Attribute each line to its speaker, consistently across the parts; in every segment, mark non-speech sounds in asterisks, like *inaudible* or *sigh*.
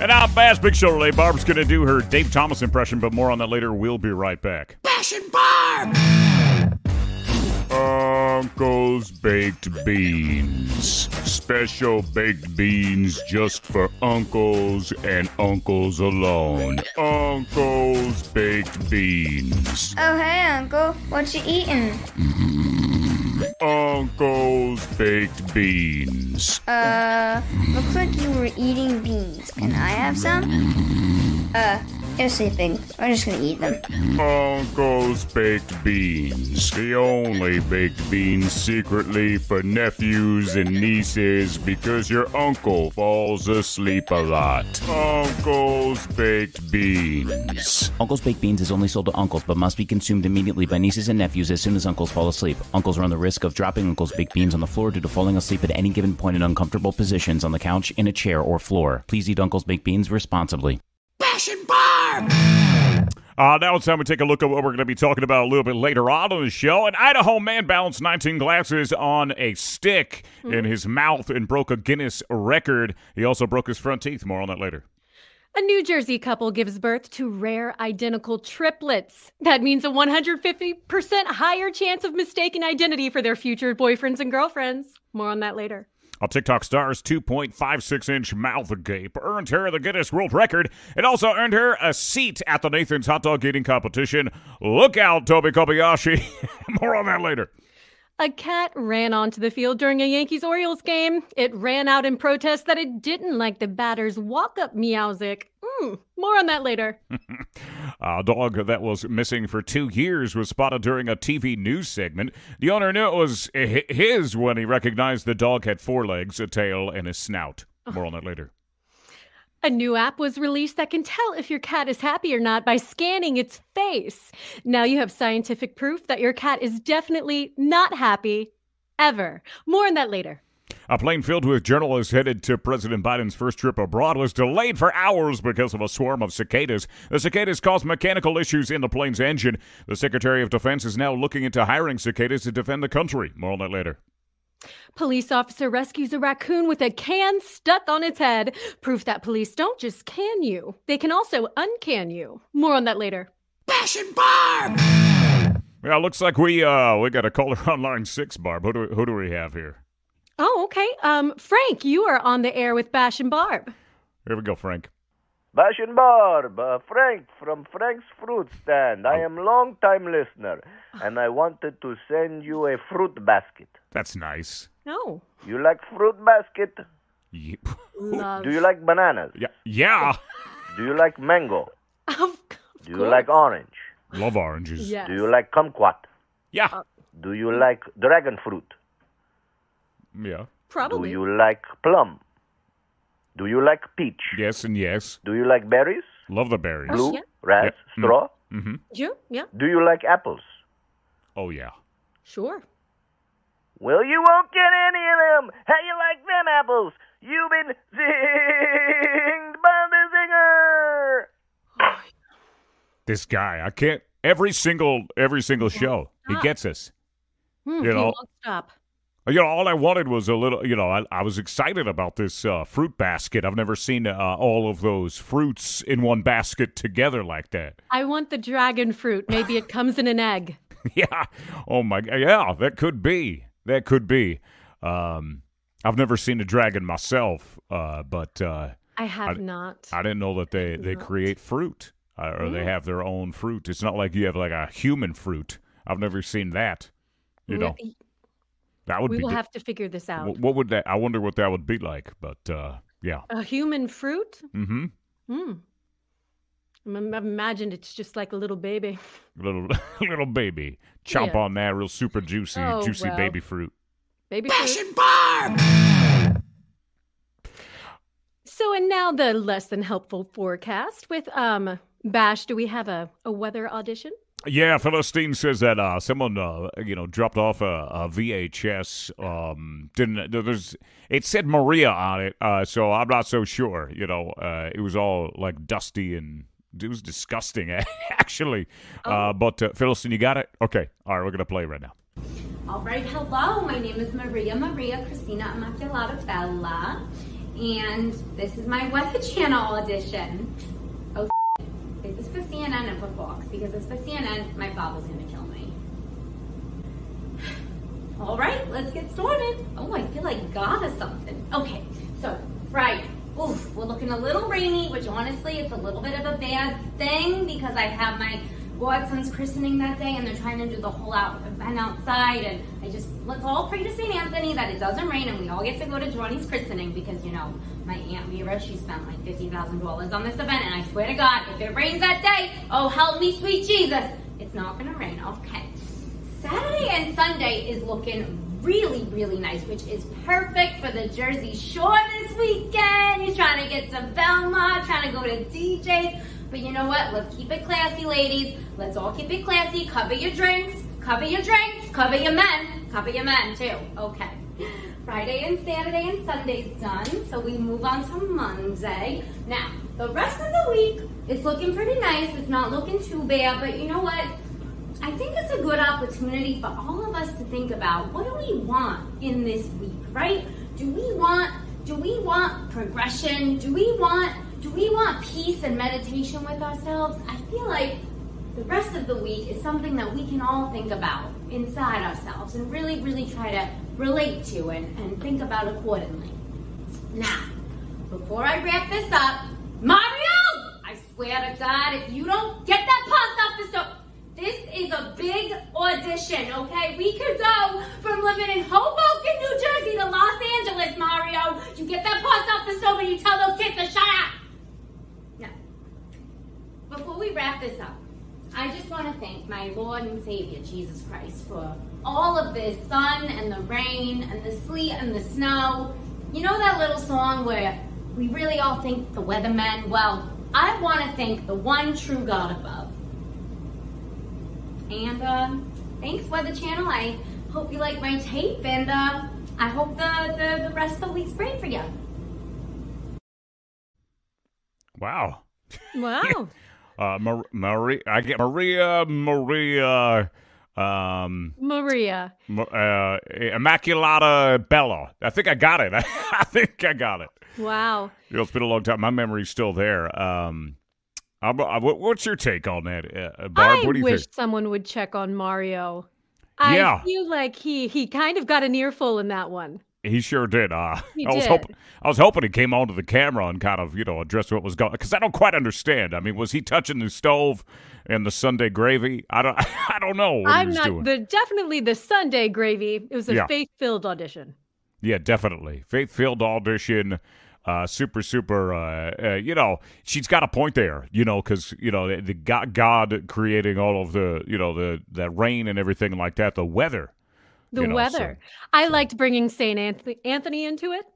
Speaker 1: And I'm Bass Big Show today. Barb's going to do her Dave Thomas impression, but more on that later. We'll be right back.
Speaker 2: Passion Barb!
Speaker 1: Uncle's Baked Beans. Special baked beans just for uncles and uncles alone. Uncle's Baked Beans.
Speaker 3: Oh, hey, Uncle. What you eating?
Speaker 1: Uncle's Baked Beans.
Speaker 3: Uh, looks like you were eating beans. Can I have some? Uh, you're sleeping. We're just gonna eat them.
Speaker 1: Uncle's Baked Beans. The only baked beans secretly for nephews and nieces because your uncle falls asleep a lot. Uncle's Baked Beans.
Speaker 4: Uncle's Baked Beans is only sold to uncles, but must be consumed immediately by nieces and nephews as soon as uncles fall asleep. Uncles run the risk of dropping Uncle's Baked Beans on the floor due to falling asleep at any given point in uncomfortable positions on the couch, in a chair, or floor. Please eat Uncle's Baked Beans responsibly.
Speaker 2: Passion Barb!
Speaker 1: Uh, now it's time we take a look at what we're going to be talking about a little bit later on on the show. An Idaho man balanced 19 glasses on a stick in his mouth and broke a Guinness record. He also broke his front teeth. More on that later.
Speaker 5: A New Jersey couple gives birth to rare identical triplets. That means a 150% higher chance of mistaken identity for their future boyfriends and girlfriends. More on that later.
Speaker 1: A TikTok star's 2.56 inch mouth gape earned her the Guinness World Record. It also earned her a seat at the Nathan's Hot Dog Eating Competition. Look out, Toby Kobayashi. *laughs* More on that later.
Speaker 5: A cat ran onto the field during a Yankees Orioles game. It ran out in protest that it didn't like the batter's walk up meowsic. Mm, more on that later.
Speaker 1: A dog that was missing for two years was spotted during a TV news segment. The owner knew it was hi- his when he recognized the dog had four legs, a tail, and a snout. More on that later.
Speaker 5: A new app was released that can tell if your cat is happy or not by scanning its face. Now you have scientific proof that your cat is definitely not happy ever. More on that later.
Speaker 1: A plane filled with journalists headed to President Biden's first trip abroad was delayed for hours because of a swarm of cicadas. The cicadas caused mechanical issues in the plane's engine. The Secretary of Defense is now looking into hiring cicadas to defend the country. More on that later.
Speaker 5: Police officer rescues a raccoon with a can stuck on its head. Proof that police don't just can you, they can also uncan you. More on that later.
Speaker 2: Passion Barb!
Speaker 1: Yeah, looks like we uh we got a caller *laughs* on line six, Barb. Who do we, who do we have here?
Speaker 5: Oh, okay. Um, Frank, you are on the air with Bash and Barb.
Speaker 1: Here we go, Frank.
Speaker 6: Bash and Barb, uh, Frank from Frank's Fruit Stand. I am long time listener, and I wanted to send you a fruit basket.
Speaker 1: That's nice.
Speaker 5: No.
Speaker 6: You like fruit basket?
Speaker 1: Ye- *laughs*
Speaker 5: Love.
Speaker 6: Do you like bananas?
Speaker 1: Yeah, yeah.
Speaker 6: Do you like mango?
Speaker 5: *laughs* Of
Speaker 6: Do you like orange?
Speaker 1: Love oranges.
Speaker 5: Yes.
Speaker 6: Do you like kumquat?
Speaker 1: Yeah,
Speaker 6: Do you like dragon fruit?
Speaker 1: yeah.
Speaker 6: Do
Speaker 5: Probably.
Speaker 6: you like plum? Do you like peach?
Speaker 1: Yes and yes.
Speaker 6: Do you like berries?
Speaker 1: Love the berries.
Speaker 5: Oh,
Speaker 6: Blue,
Speaker 5: yeah.
Speaker 6: red,
Speaker 1: Yeah. Mm.
Speaker 6: straw?
Speaker 1: Mm-hmm.
Speaker 5: You? Yeah,
Speaker 6: Do you like apples?
Speaker 1: Oh yeah.
Speaker 5: sure.
Speaker 6: Well, you won't get any of them. How you like them apples? You've been *laughs* zinged by the zinger.
Speaker 1: This guy, I can't. Every single every single show, he
Speaker 5: stop.
Speaker 1: gets us.
Speaker 5: Hmm,
Speaker 1: You
Speaker 5: he
Speaker 1: know-
Speaker 5: won't stop.
Speaker 1: You know, all I wanted was a little. You know, I, I was excited about this uh, fruit basket. I've never seen uh, all of those fruits in one basket together like that. *laughs*
Speaker 5: I want the dragon fruit. Maybe it comes in an egg.
Speaker 1: yeah. Oh my. g- Yeah, that could be. That could be. Um, I've never seen a dragon myself, uh, but uh,
Speaker 5: I have
Speaker 1: I-
Speaker 5: not.
Speaker 1: I didn't know that they, they create fruit uh, or they have their own fruit. It's not like you have like a human fruit. I've never seen that. You know,
Speaker 5: we
Speaker 1: that would
Speaker 5: we
Speaker 1: be.
Speaker 5: will
Speaker 1: di-
Speaker 5: have to figure this
Speaker 1: wh-
Speaker 5: out.
Speaker 1: what would that? I wonder what that would be like. But uh, yeah.
Speaker 5: A human fruit?
Speaker 1: Mm-hmm.
Speaker 5: Hmm. I'm- I've imagined it's just like a little baby.
Speaker 1: Little *laughs* little baby, chomp
Speaker 5: Yeah.
Speaker 1: on that real super juicy,
Speaker 5: Oh,
Speaker 1: juicy
Speaker 5: well.
Speaker 1: baby fruit.
Speaker 5: Baby fruit.
Speaker 2: Passion Barb!
Speaker 5: So, and now the less than helpful forecast with um Bash. Do we have a, a weather audition?
Speaker 1: Yeah, Philistine says that uh, someone uh, you know dropped off a, a VHS. Um, didn't there- there's it said Maria on it, uh, so I'm not so sure. You know, uh, it was all like dusty and it was disgusting *laughs* actually. Uh, but uh, Philistine, you got it. Okay, all right, we're gonna play right now.
Speaker 7: All right, hello. My name is Maria Maria Cristina Immaculata Bella, and this is my Weather Channel audition. Oh, *laughs* is this for CNN and for Fox? Because if it's for CNN, my father's gonna kill me. All right, let's get started. Oh, I feel like God or something. Okay, so Friday. Oof, we're looking a little rainy, which honestly, it's a little bit of a bad thing because I have my godson's christening that day, and they're trying to do the whole out event outside. And I just let's all pray to Saint Anthony that it doesn't rain, and we all get to go to Johnny's christening because you know my aunt Mira, she spent like fifty thousand dollars on this event, and I swear to God, if it rains that day, oh help me, sweet Jesus, it's not gonna rain. Okay. Saturday and Sunday is looking really, really nice, which is perfect for the Jersey Shore this weekend. You're trying to get to Belmont, trying to go to DJ's. But you know what? Let's keep it classy, ladies. Let's all keep it classy. Cover your drinks, cover your drinks, cover your men, cover your men too. Okay. Friday and Saturday and Sunday's done, so we move on to Monday. Now, the rest of the week, it's looking pretty nice. It's not looking too bad, but you know what? I think it's a good opportunity for all of us to think about what do we want in this week, right? Do we want do we want progression? Do we want do we want peace and meditation with ourselves? I feel like the rest of the week is something that we can all think about inside ourselves and really, really try to relate to and, and think about accordingly. Now, before I wrap this up, Mario! I swear to God, if you don't get that post office door, this is a big audition, okay? We could go from living in Hoboken, New Jersey to Los Angeles, Mario. You get that post office door and you tell those kids to shut up. No, before we wrap this up, I just want to thank my Lord and Savior Jesus Christ for all of this sun and the rain and the sleet and the snow. You know that little song where we really all thank the weatherman? Well, I want to thank the one true God above. And uh, thanks, Weather Channel. I hope you like my tape, and uh, I hope the, the, the rest of the week's great for you.
Speaker 1: Wow.
Speaker 5: Wow.
Speaker 1: Uh, Mar- Maria, I get Maria, Maria, um,
Speaker 5: Maria.
Speaker 1: Ma- uh, Immaculata Bella. I think I got it. *laughs* I think I got it.
Speaker 5: Wow.
Speaker 1: You know, it's been a long time. My memory's still there. Um, I'm, I, what- what's your take on that, uh, Barb?
Speaker 5: I
Speaker 1: what do you
Speaker 5: wish
Speaker 1: think?
Speaker 5: someone would check on Mario.
Speaker 1: Yeah.
Speaker 5: I feel like he he kind of got an earful in that one.
Speaker 1: He sure did. *laughs* Uh,
Speaker 5: He
Speaker 1: I was
Speaker 5: did.
Speaker 1: hoping I was hoping he came onto the camera and kind of you know addressed what was going because I don't quite understand. I mean, was he touching the stove and the Sunday gravy? I don't. *laughs* I don't know what he
Speaker 5: I'm
Speaker 1: was doing.
Speaker 5: not the definitely the Sunday gravy. It was a
Speaker 1: Yeah.
Speaker 5: faith filled audition.
Speaker 1: Yeah, definitely. Faith Field audition. Uh, super, super. Uh, uh, you know, she's got a point there. You know, because you know the, the God, God creating all of the, you know, the that rain and everything like that. The weather.
Speaker 5: The
Speaker 1: You know, so-
Speaker 5: weather. I liked bringing Saint Anthony, Anthony into it.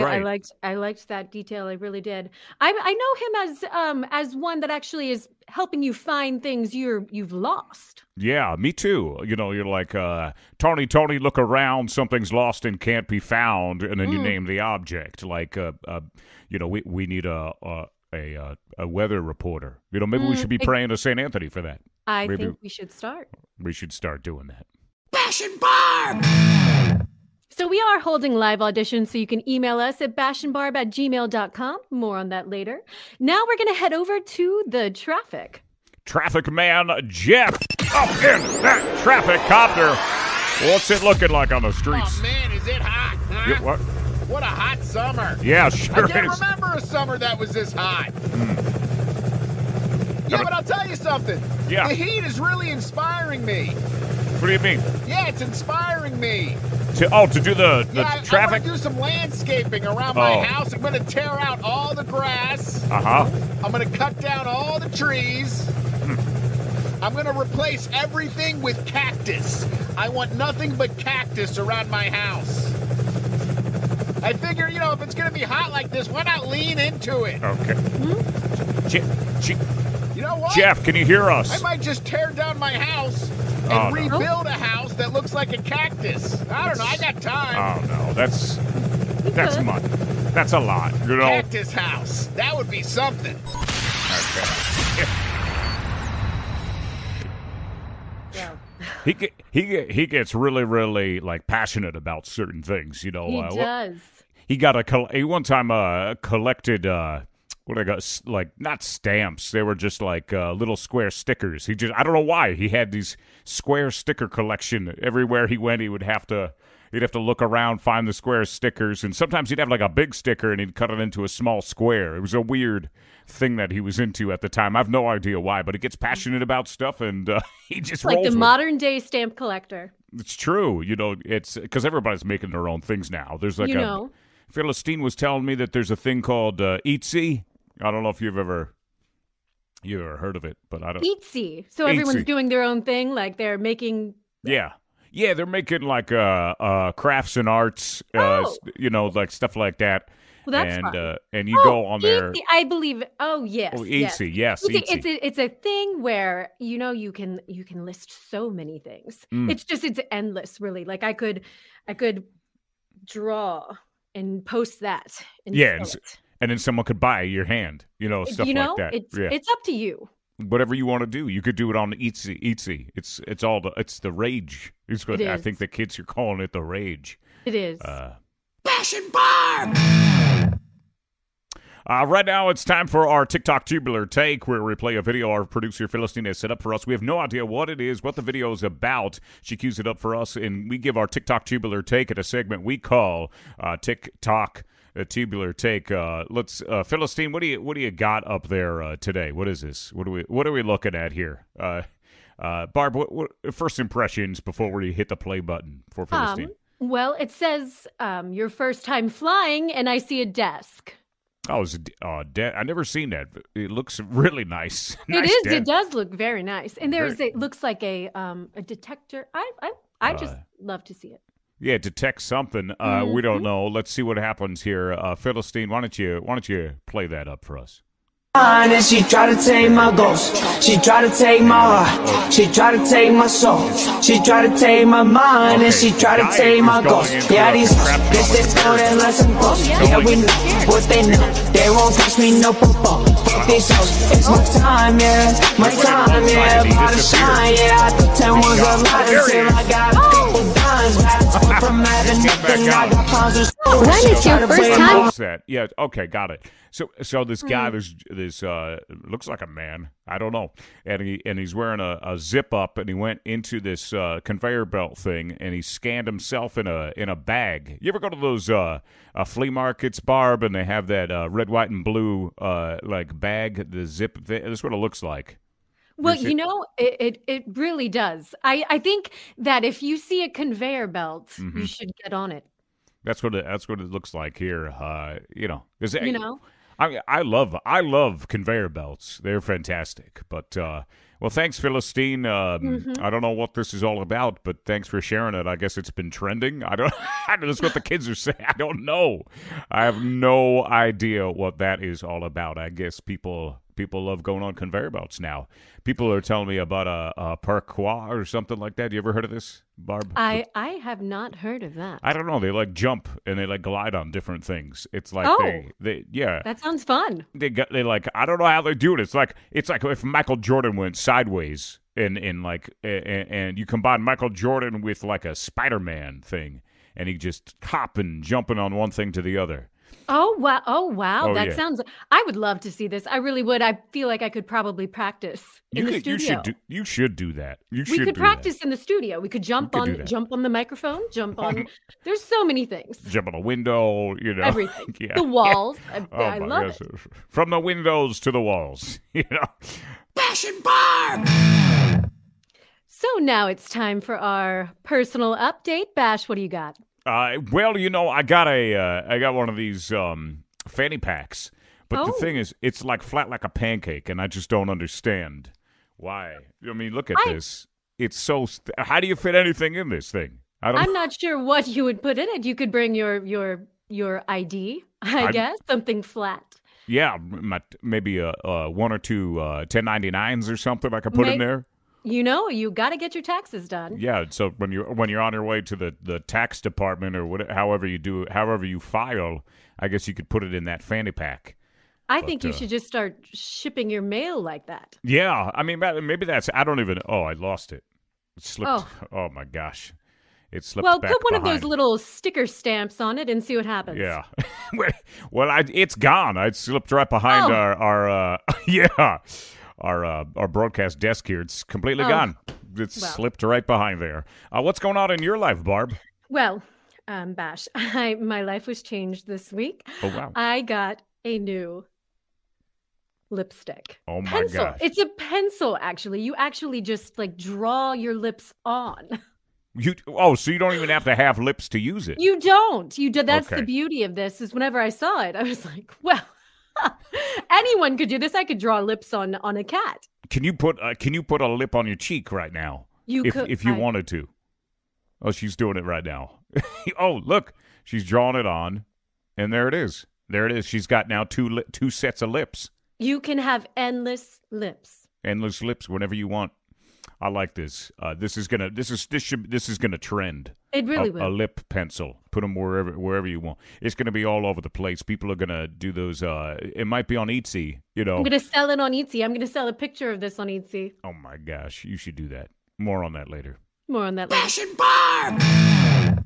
Speaker 5: I, I
Speaker 1: right.
Speaker 5: liked I liked that detail. I really did. I I know him as um as one that actually is helping you find things you're you've lost.
Speaker 1: Yeah, me too. You know, you're like, uh, Tony, Tony, look around. Something's lost and can't be found. And
Speaker 8: Mm.
Speaker 1: then you name the object. Like, uh, uh, you know, we, we need a a, a uh, a weather reporter. You know, maybe
Speaker 8: Mm,
Speaker 1: we should be praying to Saint Anthony for that.
Speaker 5: I
Speaker 1: Maybe-
Speaker 5: think we should start.
Speaker 1: We should start doing that.
Speaker 2: Passion Barb!
Speaker 5: So we are holding live auditions, so you can email us at bashandbarb at gmail.com. More on that later. Now we're going to head over to the traffic.
Speaker 1: Traffic man Jeff up in that traffic copter. What's it looking like on the streets?
Speaker 8: Oh man, is it hot? Huh?
Speaker 1: Yeah, what?
Speaker 8: What a hot summer!
Speaker 1: Yeah,
Speaker 8: I
Speaker 1: sure
Speaker 8: can't
Speaker 1: is.
Speaker 8: remember a summer that was this hot.
Speaker 1: Hmm.
Speaker 8: Yeah, but I'll tell you something.
Speaker 1: Yeah.
Speaker 8: The heat is really inspiring me.
Speaker 1: What do you mean?
Speaker 8: Yeah, it's inspiring me.
Speaker 1: To, oh, to do the, the
Speaker 8: yeah, I- I
Speaker 1: traffic?
Speaker 8: want to do some landscaping around
Speaker 1: Oh.
Speaker 8: my house. I'm gonna tear out all the grass.
Speaker 1: Uh huh.
Speaker 8: I'm gonna cut down all the trees.
Speaker 1: Hmm.
Speaker 8: I'm gonna replace everything with cactus. I want nothing but cactus around my house. I figure, you know, if it's gonna be hot like this, why not lean into it?
Speaker 1: Okay.
Speaker 8: Hmm?
Speaker 1: Je- Je-
Speaker 8: You know what?
Speaker 1: Jeff, can you hear us?
Speaker 8: I might just tear down my house and
Speaker 1: Oh, no.
Speaker 8: rebuild a house that looks like a cactus. I don't know. I got time.
Speaker 1: Oh no, that's
Speaker 5: You
Speaker 1: that's
Speaker 5: could.
Speaker 1: much. That's a lot. You know.
Speaker 8: Cactus house. That would be something.
Speaker 1: He ca- he he ge- he gets really really like passionate about certain things. You know,
Speaker 5: He
Speaker 1: uh, what-
Speaker 5: does.
Speaker 1: he got a col- he one time uh collected uh what I got s- like not stamps they were just like uh, little square stickers he just I don't know why he had these square sticker collection everywhere he went he would have to he'd have to look around find the square stickers and sometimes he'd have like a big sticker and he'd cut it into a small square it was a weird thing that he was into at the time I've no idea why but he gets passionate about stuff and uh, *laughs* he just
Speaker 5: Like
Speaker 1: rolls
Speaker 5: the
Speaker 1: with it.
Speaker 5: modern day stamp collector.
Speaker 1: It's true. You know, it's because everybody's making their own things now. There's like
Speaker 5: You
Speaker 1: a.
Speaker 5: know.
Speaker 1: Philistine was telling me that there's a thing called uh, Etsy. I don't know if you've ever you ever heard of it, but I don't.
Speaker 5: Etsy. So everyone's
Speaker 1: Etsy.
Speaker 5: doing their own thing. Like they're making.
Speaker 1: yeah. Yeah, they're making like uh, uh, crafts and arts, uh, s- you know, like stuff like that.
Speaker 5: Oh! Well, that's
Speaker 1: and
Speaker 5: fun.
Speaker 1: uh, and you
Speaker 5: Oh,
Speaker 1: go on there.
Speaker 5: Etsy, I believe. it. Oh yes.
Speaker 1: Oh,
Speaker 5: yes.
Speaker 1: Etsy, yes,
Speaker 5: It's
Speaker 1: Etsy.
Speaker 5: a, it's, a, it's a thing where you know you can you can list so many things.
Speaker 1: Mm.
Speaker 5: It's just it's endless, really. Like I could I could draw and post that. And
Speaker 1: Yeah,
Speaker 5: sell
Speaker 1: and s-
Speaker 5: it.
Speaker 1: and then someone could buy your hand, you know, stuff
Speaker 5: you know
Speaker 1: like that.
Speaker 5: it's
Speaker 1: yeah.
Speaker 5: it's up to you.
Speaker 1: whatever you want to do. You could do it on Etsy. Etsy. It's it's all the it's the rage. It's what
Speaker 5: It
Speaker 1: I
Speaker 5: is.
Speaker 1: think the kids are calling it the rage.
Speaker 5: It is.
Speaker 1: Uh,
Speaker 2: Passion Barb!
Speaker 1: uh, right now, it's time for our TikTok tubular take, where we play a video our producer Philistine has set up for us. We have no idea what it is, what the video is about. She cues it up for us, and we give our TikTok tubular take at a segment we call uh, TikTok uh, tubular take. Uh, let's uh, Philistine, what do you what do you got up there uh, today? What is this? What are we what are we looking at here? Uh, uh, Barb, what, what first impressions before we hit the play button for Philistine?
Speaker 5: um, well, it says um, your first time flying, and I see a desk.
Speaker 1: Oh, it's a d- uh, de- I never seen that. but It looks really nice. *laughs*
Speaker 5: it
Speaker 1: Nice
Speaker 5: is.
Speaker 1: den.
Speaker 5: It does look very nice, and
Speaker 1: Very-
Speaker 5: there's it looks like a um a detector. I I, I just
Speaker 1: Uh,
Speaker 5: love to see it.
Speaker 1: Yeah, it detects something. Uh, We
Speaker 5: Mm-hmm.
Speaker 1: don't know. Let's see what happens here. Uh, Philistine, why don't you why don't you play that up for us?
Speaker 9: mind and she tried to take my ghost. She tried to take my heart. She tried to take my soul. She tried to take my mind and she
Speaker 1: Okay,
Speaker 9: tried to
Speaker 1: diet
Speaker 9: take
Speaker 1: is
Speaker 9: my
Speaker 1: going
Speaker 9: ghost.
Speaker 1: into
Speaker 9: Yeah,
Speaker 1: a
Speaker 9: these
Speaker 1: crap
Speaker 9: bitches they
Speaker 1: conversation.
Speaker 9: know that less I'm close. Yeah, we know what they know. They won't catch me no popo. Fuck these hoes. It's my time, yeah. My time, yeah.
Speaker 1: He
Speaker 9: About to
Speaker 1: disappeared.
Speaker 9: shine, yeah. I thought that was a
Speaker 1: God.
Speaker 9: lot
Speaker 1: There he
Speaker 9: until
Speaker 1: is.
Speaker 9: I got a couple dimes. Got a twin
Speaker 1: *laughs*
Speaker 9: from having
Speaker 1: He came
Speaker 9: nothing.
Speaker 1: Oh. back
Speaker 9: I
Speaker 1: out.
Speaker 9: got pounds of
Speaker 3: When is your first time?
Speaker 1: What's that? Yeah. Okay. Got it. So, so this
Speaker 5: Mm.
Speaker 1: guy, this this uh, looks like a man. I don't know, and he and he's wearing a, a zip up, and he went into this uh, conveyor belt thing, and he scanned himself in a in a bag. You ever go to those uh, uh flea markets, Barb, and they have that uh, red, white, and blue uh like bag, the zip. Thing? That's what it looks like.
Speaker 5: Well,
Speaker 1: see-
Speaker 5: you know, it, it it really does. I I think that if you see a conveyor belt,
Speaker 1: Mm-hmm.
Speaker 5: you should get on it.
Speaker 1: That's what it, that's what it looks like here. Uh, you know, 'cause,
Speaker 5: You know?
Speaker 1: I I love I love conveyor belts. They're fantastic. But uh, well, thanks, Philistine. Um,
Speaker 5: Mm-hmm.
Speaker 1: I don't know what this is all about, but thanks for sharing it. I guess it's been trending. I don't. *laughs* I don't. That's what the kids are saying. I don't know. I have no idea what that is all about. I guess people people love going on conveyor belts now. People are telling me about a, a parkour or something like that. You ever heard of this, Barb?
Speaker 5: I I have not heard of that.
Speaker 1: I don't know. They like jump and they like glide on different things. It's like they,
Speaker 5: Oh.
Speaker 1: they yeah.
Speaker 5: that sounds fun.
Speaker 1: they got they like I don't know how they do it. It's like it's like if Michael Jordan went sideways and and like and, and you combine Michael Jordan with like a Spider Man thing, and he just hopping, jumping on one thing to the other.
Speaker 5: Oh wow! Oh wow!
Speaker 1: Oh,
Speaker 5: that
Speaker 1: yeah.
Speaker 5: sounds. I would love to see this. I really would. I feel like I could probably practice in
Speaker 1: You,
Speaker 5: the
Speaker 1: could-
Speaker 5: studio.
Speaker 1: you should do you should do that. You
Speaker 5: we
Speaker 1: should
Speaker 5: could
Speaker 1: do
Speaker 5: practice in the studio. We could jump
Speaker 1: could do
Speaker 5: on
Speaker 1: that.
Speaker 5: jump on the microphone. Jump
Speaker 1: *laughs*
Speaker 5: on. there's so many things.
Speaker 1: that. Jump on a window, you know
Speaker 5: Everything.
Speaker 1: *laughs* yeah.
Speaker 5: The walls. I,
Speaker 1: Oh
Speaker 5: I
Speaker 1: my
Speaker 5: love
Speaker 1: gosh.
Speaker 5: it.
Speaker 1: From the windows to the walls, *laughs* you know.
Speaker 2: Passion Barb!
Speaker 5: So now it's time for our personal update. Bash, what do you got?
Speaker 1: Uh, well, you know, I got a, uh, I got one of these um, fanny packs, but the
Speaker 5: Oh.
Speaker 1: thing is, it's like flat like a pancake, and I just don't understand why. I mean, look at
Speaker 5: I-
Speaker 1: this. It's so. St- how do you fit anything in this thing? I don't.
Speaker 5: I'm not sure what you would put in it. You could bring your your your ID, I
Speaker 1: I'm-
Speaker 5: guess, something flat.
Speaker 1: yeah, m- my, maybe uh, uh, one or two uh, 1099s or something I could put in
Speaker 5: May-
Speaker 1: there.
Speaker 5: You know, you got to get your taxes done.
Speaker 1: Yeah. So when you're when you're on your way to the, the tax department or whatever, however you do, however you file, I guess you could put it in that fanny pack.
Speaker 5: I think you
Speaker 1: uh,
Speaker 5: should just start shipping your mail like that.
Speaker 1: Yeah, I mean, ma- maybe that's. I don't even. Oh, I lost it. It slipped. Oh,
Speaker 5: Oh.
Speaker 1: my gosh. It slipped
Speaker 5: Well,
Speaker 1: back
Speaker 5: put one of
Speaker 1: behind.
Speaker 5: those little sticker stamps on it and see what happens.
Speaker 1: Yeah. *laughs* well, I, it's gone. I slipped right behind
Speaker 5: Oh.
Speaker 1: our our uh, *laughs* yeah our uh, our broadcast desk here. It's completely
Speaker 5: Oh.
Speaker 1: gone. It's
Speaker 5: Well.
Speaker 1: slipped right behind there. Uh, what's going on in your life, Barb?
Speaker 5: Well, um, Bash, *laughs* I, my life was changed this week.
Speaker 1: Oh wow.
Speaker 5: I got a new lipstick.
Speaker 1: oh my
Speaker 5: pencil.
Speaker 1: gosh.
Speaker 5: It's a pencil, actually. You actually just like draw your lips on. *laughs*
Speaker 1: You oh, so you don't even have to have lips to use it.
Speaker 5: You don't. You did. That's
Speaker 1: Okay.
Speaker 5: the beauty of this. Is whenever I saw it, I was *laughs* like, well, anyone could do this. I could draw lips on on a cat.
Speaker 1: can you put uh, can you put a lip on your cheek right now?
Speaker 5: You
Speaker 1: if
Speaker 5: could
Speaker 1: if you
Speaker 5: I-
Speaker 1: wanted to. Oh, she's doing it right now. *laughs* oh, look, she's drawing it on, and there it is. There it is. She's got now two li- two sets of lips,
Speaker 5: You can have endless lips.
Speaker 1: endless lips whenever you want. I like this. Uh, this is gonna this is this should this is gonna trend.
Speaker 5: It really
Speaker 1: a,
Speaker 5: will.
Speaker 1: a lip pencil. Put them wherever wherever you want. It's gonna be all over the place. People are gonna do those. Uh, it might be on Etsy. You know.
Speaker 5: I'm gonna sell it on Etsy. I'm gonna sell a picture of this on Etsy.
Speaker 1: oh my gosh, you should do that. More on that later.
Speaker 5: More on that later.
Speaker 2: Bash and Barb!